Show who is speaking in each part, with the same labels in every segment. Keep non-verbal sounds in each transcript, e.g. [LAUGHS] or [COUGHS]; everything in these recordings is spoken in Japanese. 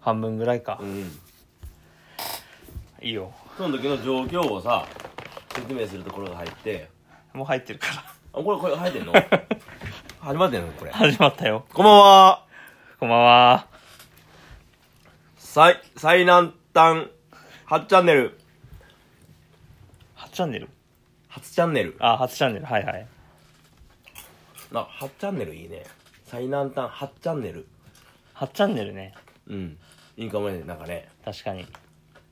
Speaker 1: 半分ぐらいか
Speaker 2: う、ん
Speaker 1: いいよ
Speaker 2: その時の状況をさ説明するところが入って
Speaker 1: もう入ってるから [LAUGHS]
Speaker 2: あこれこれ入ってんの [LAUGHS] 始まってんのこれ
Speaker 1: 始まったよ
Speaker 2: こんばんは
Speaker 1: こんばんは
Speaker 2: 最最南端初チャンネル
Speaker 1: 初チャンネル
Speaker 2: 初チャンネル
Speaker 1: あ初チャンネルはいはい
Speaker 2: あ初チャンネルいいね最南端初チャンネル
Speaker 1: 初チャンネルね
Speaker 2: うんいいかもねなんかね
Speaker 1: 確かに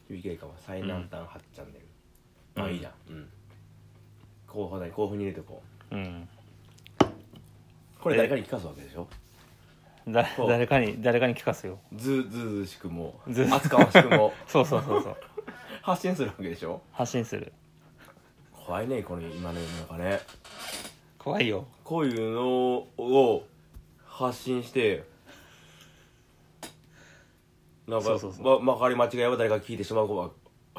Speaker 2: 響きがいいかも最南端初チャンネル、
Speaker 1: うん
Speaker 2: あいいじゃんうん候補だ候補に入れてこ
Speaker 1: うん
Speaker 2: うこれ誰かに聞かすわけでしょ
Speaker 1: だ
Speaker 2: そう
Speaker 1: 誰かに誰かに聞かすよ
Speaker 2: ずうずうずうしくも
Speaker 1: ずう
Speaker 2: 厚かましくも
Speaker 1: そうそうそうそう
Speaker 2: [LAUGHS] 発信するわけでしょ
Speaker 1: 発信する
Speaker 2: 怖いねこの今の世の中ね
Speaker 1: 怖いよ
Speaker 2: こういうのを発信してなんか
Speaker 1: そうそうそう
Speaker 2: ままかり間違いは誰か聞いてしまうわ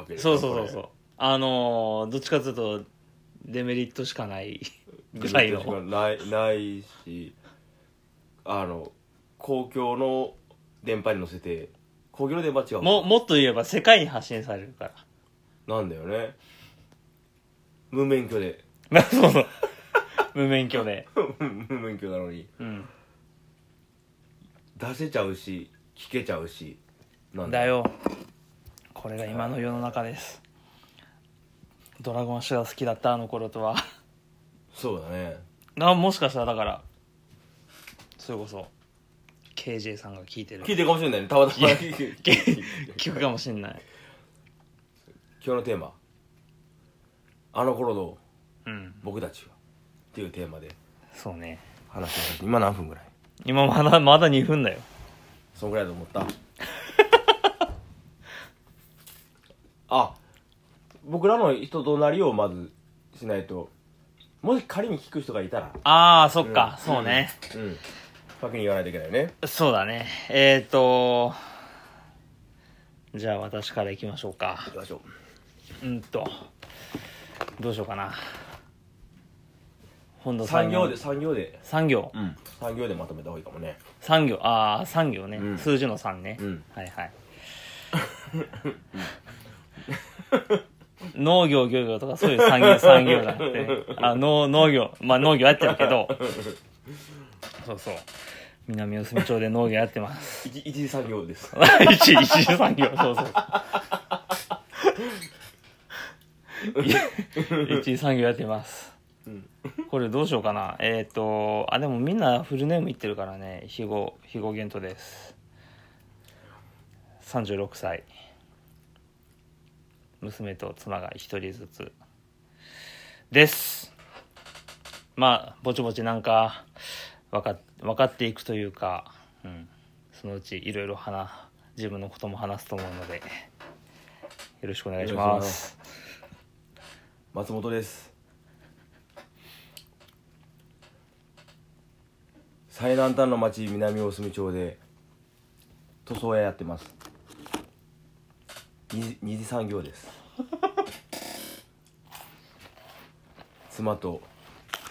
Speaker 2: けでし
Speaker 1: そ
Speaker 2: ょ
Speaker 1: うそうそうそう
Speaker 2: こ
Speaker 1: あのーどっちかというとデメリットしかない
Speaker 2: れ
Speaker 1: ぐらいの
Speaker 2: ないないしあの公共の電波に乗せて公共の電波は違う
Speaker 1: ももっと言えば世界に発信されるから
Speaker 2: なんだよね無免許で [LAUGHS]
Speaker 1: な [LAUGHS] そうそう無免許で
Speaker 2: 無免許なのに
Speaker 1: うん
Speaker 2: 出せちゃうし聞けちゃうしなん
Speaker 1: だよこれが今の世の中ですドラゴンシュが好きだったあの頃とは [LAUGHS]
Speaker 2: そうだね
Speaker 1: なもしかしたらだからそれこそ KJ さんが聞いてる
Speaker 2: 聞いてるかもしれないねたまたま聞く
Speaker 1: [LAUGHS] 聞くかもしんない
Speaker 2: 今日のテーマ「あの頃の
Speaker 1: うん
Speaker 2: 僕たちは」っていうテーマで
Speaker 1: そうね
Speaker 2: 話をして今何分ぐらい
Speaker 1: 今まだまだ2分だよ
Speaker 2: そんぐらいだと思ったあ僕らの人となりをまずしないともし仮に聞く人がいたら
Speaker 1: ああそっか、
Speaker 2: うん
Speaker 1: そうね、
Speaker 2: うん先に言わないといけないよね
Speaker 1: そうだねえっ、ー、とじゃあ私からいきましょうか
Speaker 2: 行きましょ
Speaker 1: うんとどうしようかな本
Speaker 2: う
Speaker 1: 土
Speaker 2: 産
Speaker 1: 産
Speaker 2: 業で産業で
Speaker 1: 産業
Speaker 2: うん産業でまとめた方がいいかもね
Speaker 1: 産業ああ産業ね、
Speaker 2: うん
Speaker 1: 数字の3ね、
Speaker 2: うん
Speaker 1: はいはい [LAUGHS] 農業漁業とかそういう産業産業じゃなくてねあ農農業まあ農業やってるけどそうそう南四隅町で農業やってます [LAUGHS]
Speaker 2: 一一次産業です
Speaker 1: 一一次産業そうそうい一次産業やってます
Speaker 2: うん
Speaker 1: これどうしようかなえっ、とあでもみんなフルネーム言ってるからね肥後肥後玄斗です36歳娘と妻が一人ずつですまあぼちぼちなんか分か分かっていくというか、うん、そのうちいろいろ話自分のことも話すと思うのでよろしくお願いし
Speaker 2: お願
Speaker 1: ま
Speaker 2: いします松本です最南端の町南大隅町で塗装屋やってます二次二次産業です妻と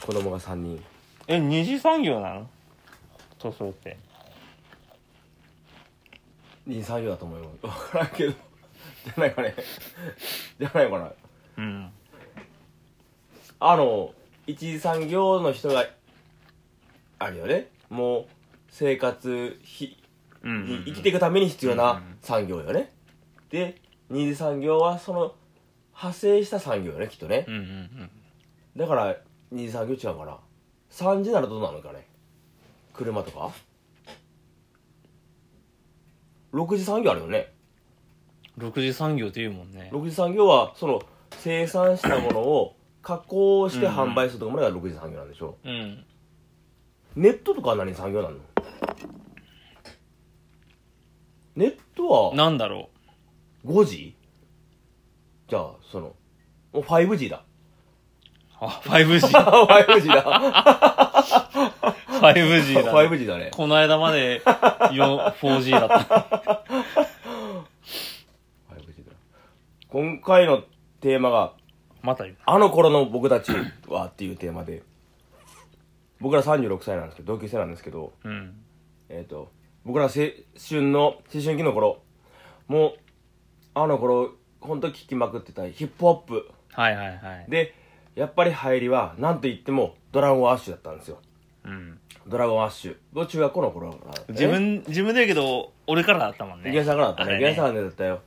Speaker 2: 子供が3人
Speaker 1: え二次産業なの塗装って
Speaker 2: 二次産業だと思うよ分からんけど [LAUGHS] じゃないかねじゃないかな
Speaker 1: うん
Speaker 2: あの一次産業の人があるよねもう生活費
Speaker 1: うんうんうん
Speaker 2: 生きていくために必要
Speaker 1: う
Speaker 2: なん産業よねで二次産業はその派生した産業よねきっとね
Speaker 1: うんうんうん
Speaker 2: だから二次産業違うから三次ならどうなのかね車とか六次産業あるよね
Speaker 1: 六次産業って言うもんね
Speaker 2: 六次産業はその生産したものを加工して販売するとこまでが六次産業なんでしょ
Speaker 1: うん
Speaker 2: ネットとかは何産業なのネットは
Speaker 1: なんだろ
Speaker 2: 5G? じゃあ、その、お 5G だ。 [LAUGHS]
Speaker 1: うあ 5G
Speaker 2: 5G だ。[LAUGHS]
Speaker 1: 5G だ、ね、
Speaker 2: 5G だね。
Speaker 1: この間までよ 4G だった
Speaker 2: 5G だ。今回のテーマが、
Speaker 1: また言う
Speaker 2: あの頃の僕たちはっていうテーマで、僕ら36歳なんですけど、同級生なんですけど、
Speaker 1: うん
Speaker 2: えっ、と、僕ら青春の思春期の頃もうあの頃ほんと聴きまくってたヒップホップ
Speaker 1: はいはいはい。
Speaker 2: でやっぱり入りはなんといってもドラゴンアッシュだったんですよ
Speaker 1: うん。
Speaker 2: ドラゴンアッシュ僕中学校の頃からだったね
Speaker 1: 自分、自分で言うけど、俺からだったもんね。
Speaker 2: ゲンさんからだった
Speaker 1: あ
Speaker 2: ね
Speaker 1: れ
Speaker 2: ゲンさんでだったよ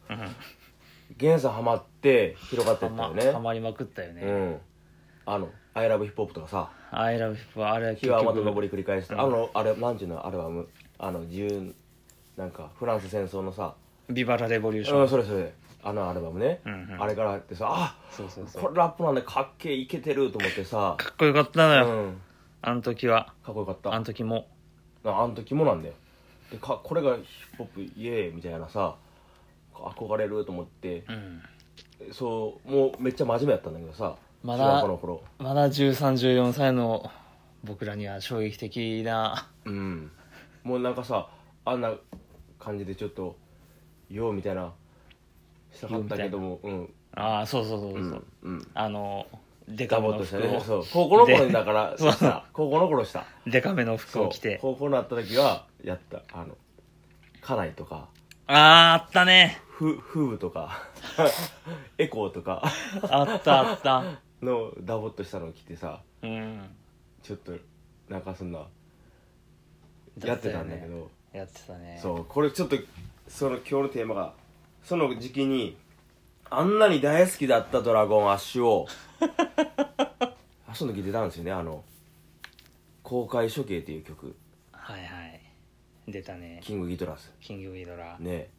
Speaker 2: ゲンさんハマって広がってったよ
Speaker 1: は
Speaker 2: ね
Speaker 1: ま、はまりまくったよ
Speaker 2: う
Speaker 1: ね。
Speaker 2: んあの「アイラブヒップホップとかさ
Speaker 1: I love you, あれは
Speaker 2: 日
Speaker 1: 結
Speaker 2: はまた
Speaker 1: 局
Speaker 2: 登り繰り返して、あのあれなんていうのアルバムあの自由なんかフランス戦争のさ
Speaker 1: ビバラレボリューシ
Speaker 2: う
Speaker 1: ョ
Speaker 2: ん
Speaker 1: ン。
Speaker 2: それそれあのアルバムね、
Speaker 1: うんうん
Speaker 2: あれからってさあ
Speaker 1: そうそうそう
Speaker 2: これラップなんでかっけえいけてると思ってさ、
Speaker 1: かっこよかったの
Speaker 2: う
Speaker 1: よ。
Speaker 2: ん、
Speaker 1: あの時は。
Speaker 2: かっこよかった
Speaker 1: あの時も。
Speaker 2: なあの時もなんだよでかこれがヒップホップイエーイみたいなさ憧れると思って
Speaker 1: うん。
Speaker 2: そうもうめっちゃ真面目やったんだけどさ
Speaker 1: ま
Speaker 2: 中
Speaker 1: だ
Speaker 2: 学校の頃
Speaker 1: まだ13、14歳の僕らには衝撃的な。
Speaker 2: うんもうなんかさあんな感じでちょっとようみたいなしたかったけどもうん
Speaker 1: ああ、そうそうそうそうう。
Speaker 2: んうん
Speaker 1: あの、デカ
Speaker 2: ダ
Speaker 1: め
Speaker 2: ボっ
Speaker 1: の
Speaker 2: とした
Speaker 1: 服
Speaker 2: ねそ
Speaker 1: を
Speaker 2: う、高校の頃に
Speaker 1: で
Speaker 2: だから
Speaker 1: [LAUGHS] そう
Speaker 2: した高校の頃した
Speaker 1: デカめの服
Speaker 2: そう
Speaker 1: を着て。
Speaker 2: 高校になった時はやったあの家内とか
Speaker 1: ああ、あったね。
Speaker 2: ふ夫婦と
Speaker 1: [LAUGHS]
Speaker 2: かエコーとか
Speaker 1: あったあった。
Speaker 2: のダボっとしたのを着てさ
Speaker 1: うん。
Speaker 2: ちょっとなんかそんな
Speaker 1: だ
Speaker 2: や
Speaker 1: っ
Speaker 2: ったて
Speaker 1: よね
Speaker 2: たんだけど
Speaker 1: やってたね。
Speaker 2: そうこれちょっとその今日のテーマがその時期にあんなに大好きだったドラゴンアッシュをあその時出たんですよねあの「公開処刑」っていう曲
Speaker 1: はいはい。出たね。
Speaker 2: キングギドラス
Speaker 1: キングギドラ。
Speaker 2: ねで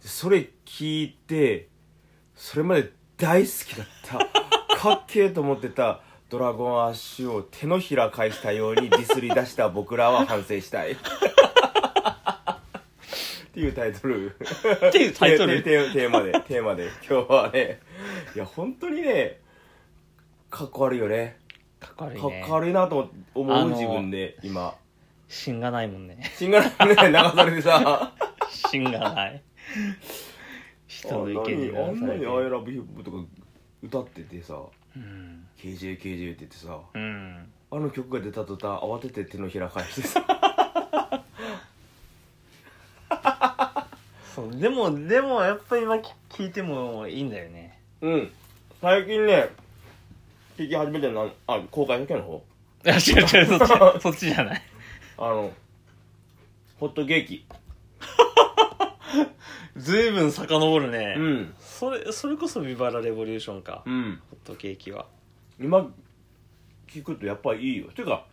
Speaker 2: それ聞いてそれまで大好きだ
Speaker 1: [LAUGHS]
Speaker 2: ったかっけえと思ってたドラゴンアッシュを手のひら返したようにディスり出した僕らは反省
Speaker 1: [LAUGHS]
Speaker 2: したいっていうタイトル
Speaker 1: っていうタイト
Speaker 2: テ
Speaker 1: ル。
Speaker 2: テテーマでテーマで今日はねいや本当にねかっこ悪いよね
Speaker 1: かっこ悪い
Speaker 2: かっ
Speaker 1: ね。
Speaker 2: こ悪いなと思思う、
Speaker 1: あの
Speaker 2: 自分で今
Speaker 1: 芯がないも
Speaker 2: [LAUGHS]
Speaker 1: んね。
Speaker 2: シンガラね流されてさ
Speaker 1: 芯がない。人の意見に流
Speaker 2: あん
Speaker 1: さ
Speaker 2: な
Speaker 1: れ
Speaker 2: に「
Speaker 1: て。
Speaker 2: I love you」とか歌っててさ
Speaker 1: うん。
Speaker 2: 「KJ KJ」って言ってさ
Speaker 1: うん。
Speaker 2: あの曲が出た途端慌てて手のひら返してさ
Speaker 1: そう、でも、でも、やっぱ今き聞いてもいいんだよね。
Speaker 2: [LAUGHS] うん最近ね聴き始めてるのあ公開だけの方
Speaker 1: いや、違う違う、そっ [LAUGHS] ち、そっちじゃない。
Speaker 2: あのホットケーキ
Speaker 1: ずいぶん遡るね。
Speaker 2: ん
Speaker 1: それ、それこそビバラレボリューションか。
Speaker 2: うん
Speaker 1: ホットケーキは。
Speaker 2: 今聞くとやっぱいいよていうか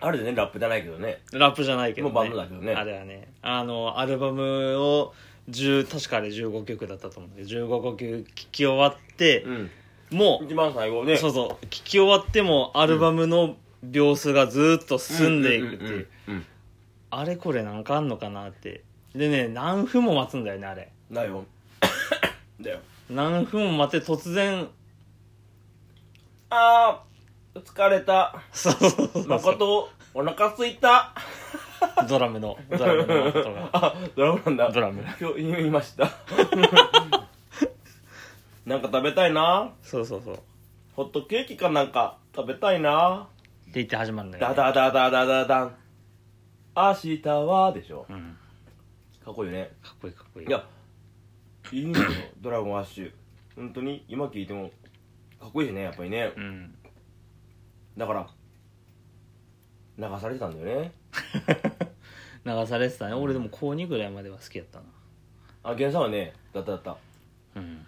Speaker 2: あれでねラップじゃないけどね
Speaker 1: ラップじゃないけど、ね。
Speaker 2: もうバンドだけどね
Speaker 1: あれはね。あの、アルバムを、10確かあれ15曲だったと思うんで15曲聴き終わって、
Speaker 2: ん
Speaker 1: も
Speaker 2: 一番最後
Speaker 1: う
Speaker 2: ね
Speaker 1: そうそう聴き終わってもアルバムの秒数がずーっと進んでいくっていう,、
Speaker 2: うんうん
Speaker 1: あれこれなんかあんのかなってでね何分も待つんだよねあれ
Speaker 2: だよ [COUGHS] だよ
Speaker 1: 何分も待って突然
Speaker 2: あー疲れた
Speaker 1: そうそうそうそう
Speaker 2: 誠お腹すいた
Speaker 1: ドラムのドラムの音が
Speaker 2: あドラムなんだ
Speaker 1: ドラム
Speaker 2: 今日言いました
Speaker 1: [LAUGHS]
Speaker 2: なんか食べたいな
Speaker 1: そうそうそうって
Speaker 2: ホットケーキかなんか食べたいな
Speaker 1: 言って始まるんだよ、
Speaker 2: ダ
Speaker 1: ね、
Speaker 2: ダダダダダダン明日はでしょ
Speaker 1: うん
Speaker 2: かっこいいね
Speaker 1: かっこいいかっこいい
Speaker 2: いや、いいんだよ、ドラゴンアッシュ。本当に、今聞いても、かっこいいしね、やっぱりね
Speaker 1: う。ん
Speaker 2: だから、流されてたんだよね。
Speaker 1: 流されてたね俺でも高2ぐらいまでは好きやったな
Speaker 2: あ、ゲンさんはね、だっただった。
Speaker 1: うん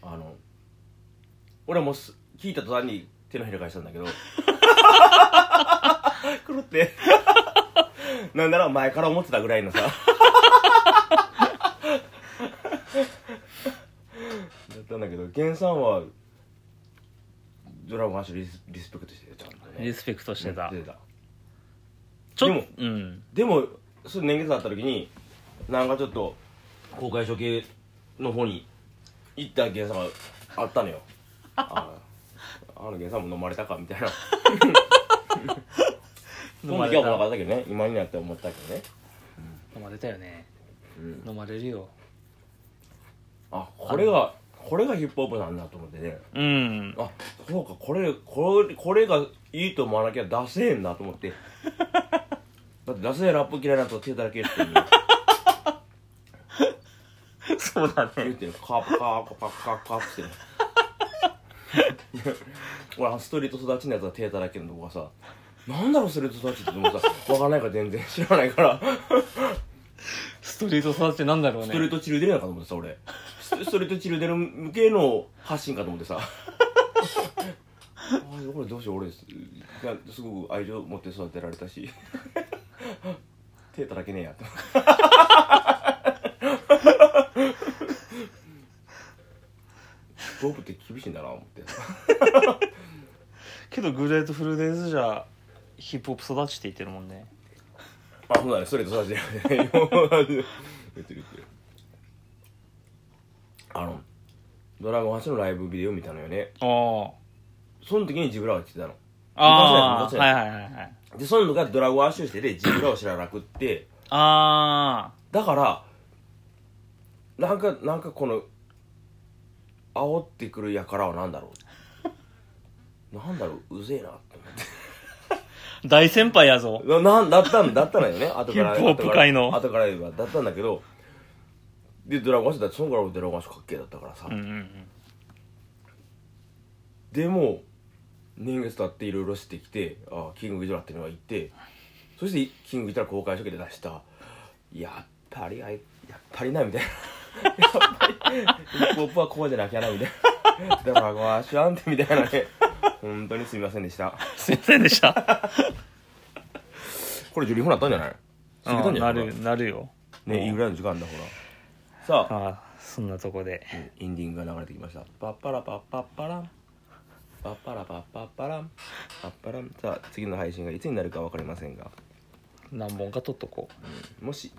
Speaker 2: あの、俺はもうす、聞いた途端に手のひら返したん
Speaker 1: [LAUGHS]
Speaker 2: だけど。くるって。なんなら前から思ってたぐらいのさ。だったんだけど、ゲンさんは、ドラゴンアッシュリスリスペクトしてたんだね。
Speaker 1: リスペクトしてた、
Speaker 2: うんしてた
Speaker 1: ちょ
Speaker 2: で
Speaker 1: っ
Speaker 2: も
Speaker 1: とうん
Speaker 2: でもその年月だった時になんかちょっと公開処刑の方に行った原さんがあったのよああの原さんも飲まれたかみたい [LAUGHS] なその時はもうなかったけどね今になって思ったけどね、
Speaker 1: 飲まれたよね
Speaker 2: うん、
Speaker 1: 飲まれるよ
Speaker 2: あこれがこれがヒップホップなんだと思ってね
Speaker 1: うん
Speaker 2: あそう [LAUGHS] かこれこれこれがいいと思わなきゃ出せえんだと思ってだってラスでラップ嫌いなと手だらけっていう
Speaker 1: そうだ
Speaker 2: 言っ
Speaker 1: ね。
Speaker 2: てるカープカープカープカープカープってね俺あのストリート育ちのやつは手だらけのとこがさなんだろうストリート育ちってでもさ分からないから全然知らないから
Speaker 1: ストリート育ちなんだろう
Speaker 2: ストリー
Speaker 1: ね。
Speaker 2: トチルデレンかと思ってさ俺ス [LAUGHS] ストリートチルデレン向けの発信かと思ってさあこれどうしよう俺すいやすごく愛情持って育てられたし [LAUGHS] 手たらけねえやとロープって厳しいんだな思って
Speaker 1: けど、グレートフルデイズじゃ、ヒップホップ育ちって言ってるもんね。
Speaker 2: あそうだねストレート育てられてる言ってる言ってるあのドラゴン8のライブビデオ見たのよね
Speaker 1: あ
Speaker 2: その時にジブラが来てたの
Speaker 1: あ。ああ。
Speaker 2: 昔
Speaker 1: はい
Speaker 2: や
Speaker 1: はいはいはい。
Speaker 2: でソンヌがドラゴンアッシュしてでジブラを知らなくって
Speaker 1: あ
Speaker 2: だからなんかなんかこの煽ってくるやからは何だろうなんだろううぜえなって
Speaker 1: あ。大先輩やぞ。
Speaker 2: 思ってななんだったんだったの
Speaker 1: [LAUGHS]
Speaker 2: よね後から
Speaker 1: ヒップホップ界の
Speaker 2: 後から後から言えばだったんだけどでドラゴンアッシュだってその頃俺ドラゴンアッシュかっけえだったからさ、
Speaker 1: うんうんうん。
Speaker 2: でも年月経っていろいろしてきてあキングギドラっていうのがいてそしてキングギドラ公開処刑で出したやっぱりあいやっぱりなみたいなやっぱりポップはこうじゃなきゃなみたいなドラゴンアッシュアンテみたいなね本当にすみませんでした
Speaker 1: すいませんでした。
Speaker 2: これ12分なったんじゃない過ぎた
Speaker 1: うんん
Speaker 2: じゃな
Speaker 1: ないる、なるよ。
Speaker 2: ねいいぐらいの時間だほらさあ
Speaker 1: ああ、そんなとこで。
Speaker 2: エンディングが流れてきましたパッパラパッパッパランパッパラパッパッパランパッパランさあ次の配信がいつになるか分かりませんが
Speaker 1: 何本か取っとこう。
Speaker 2: もし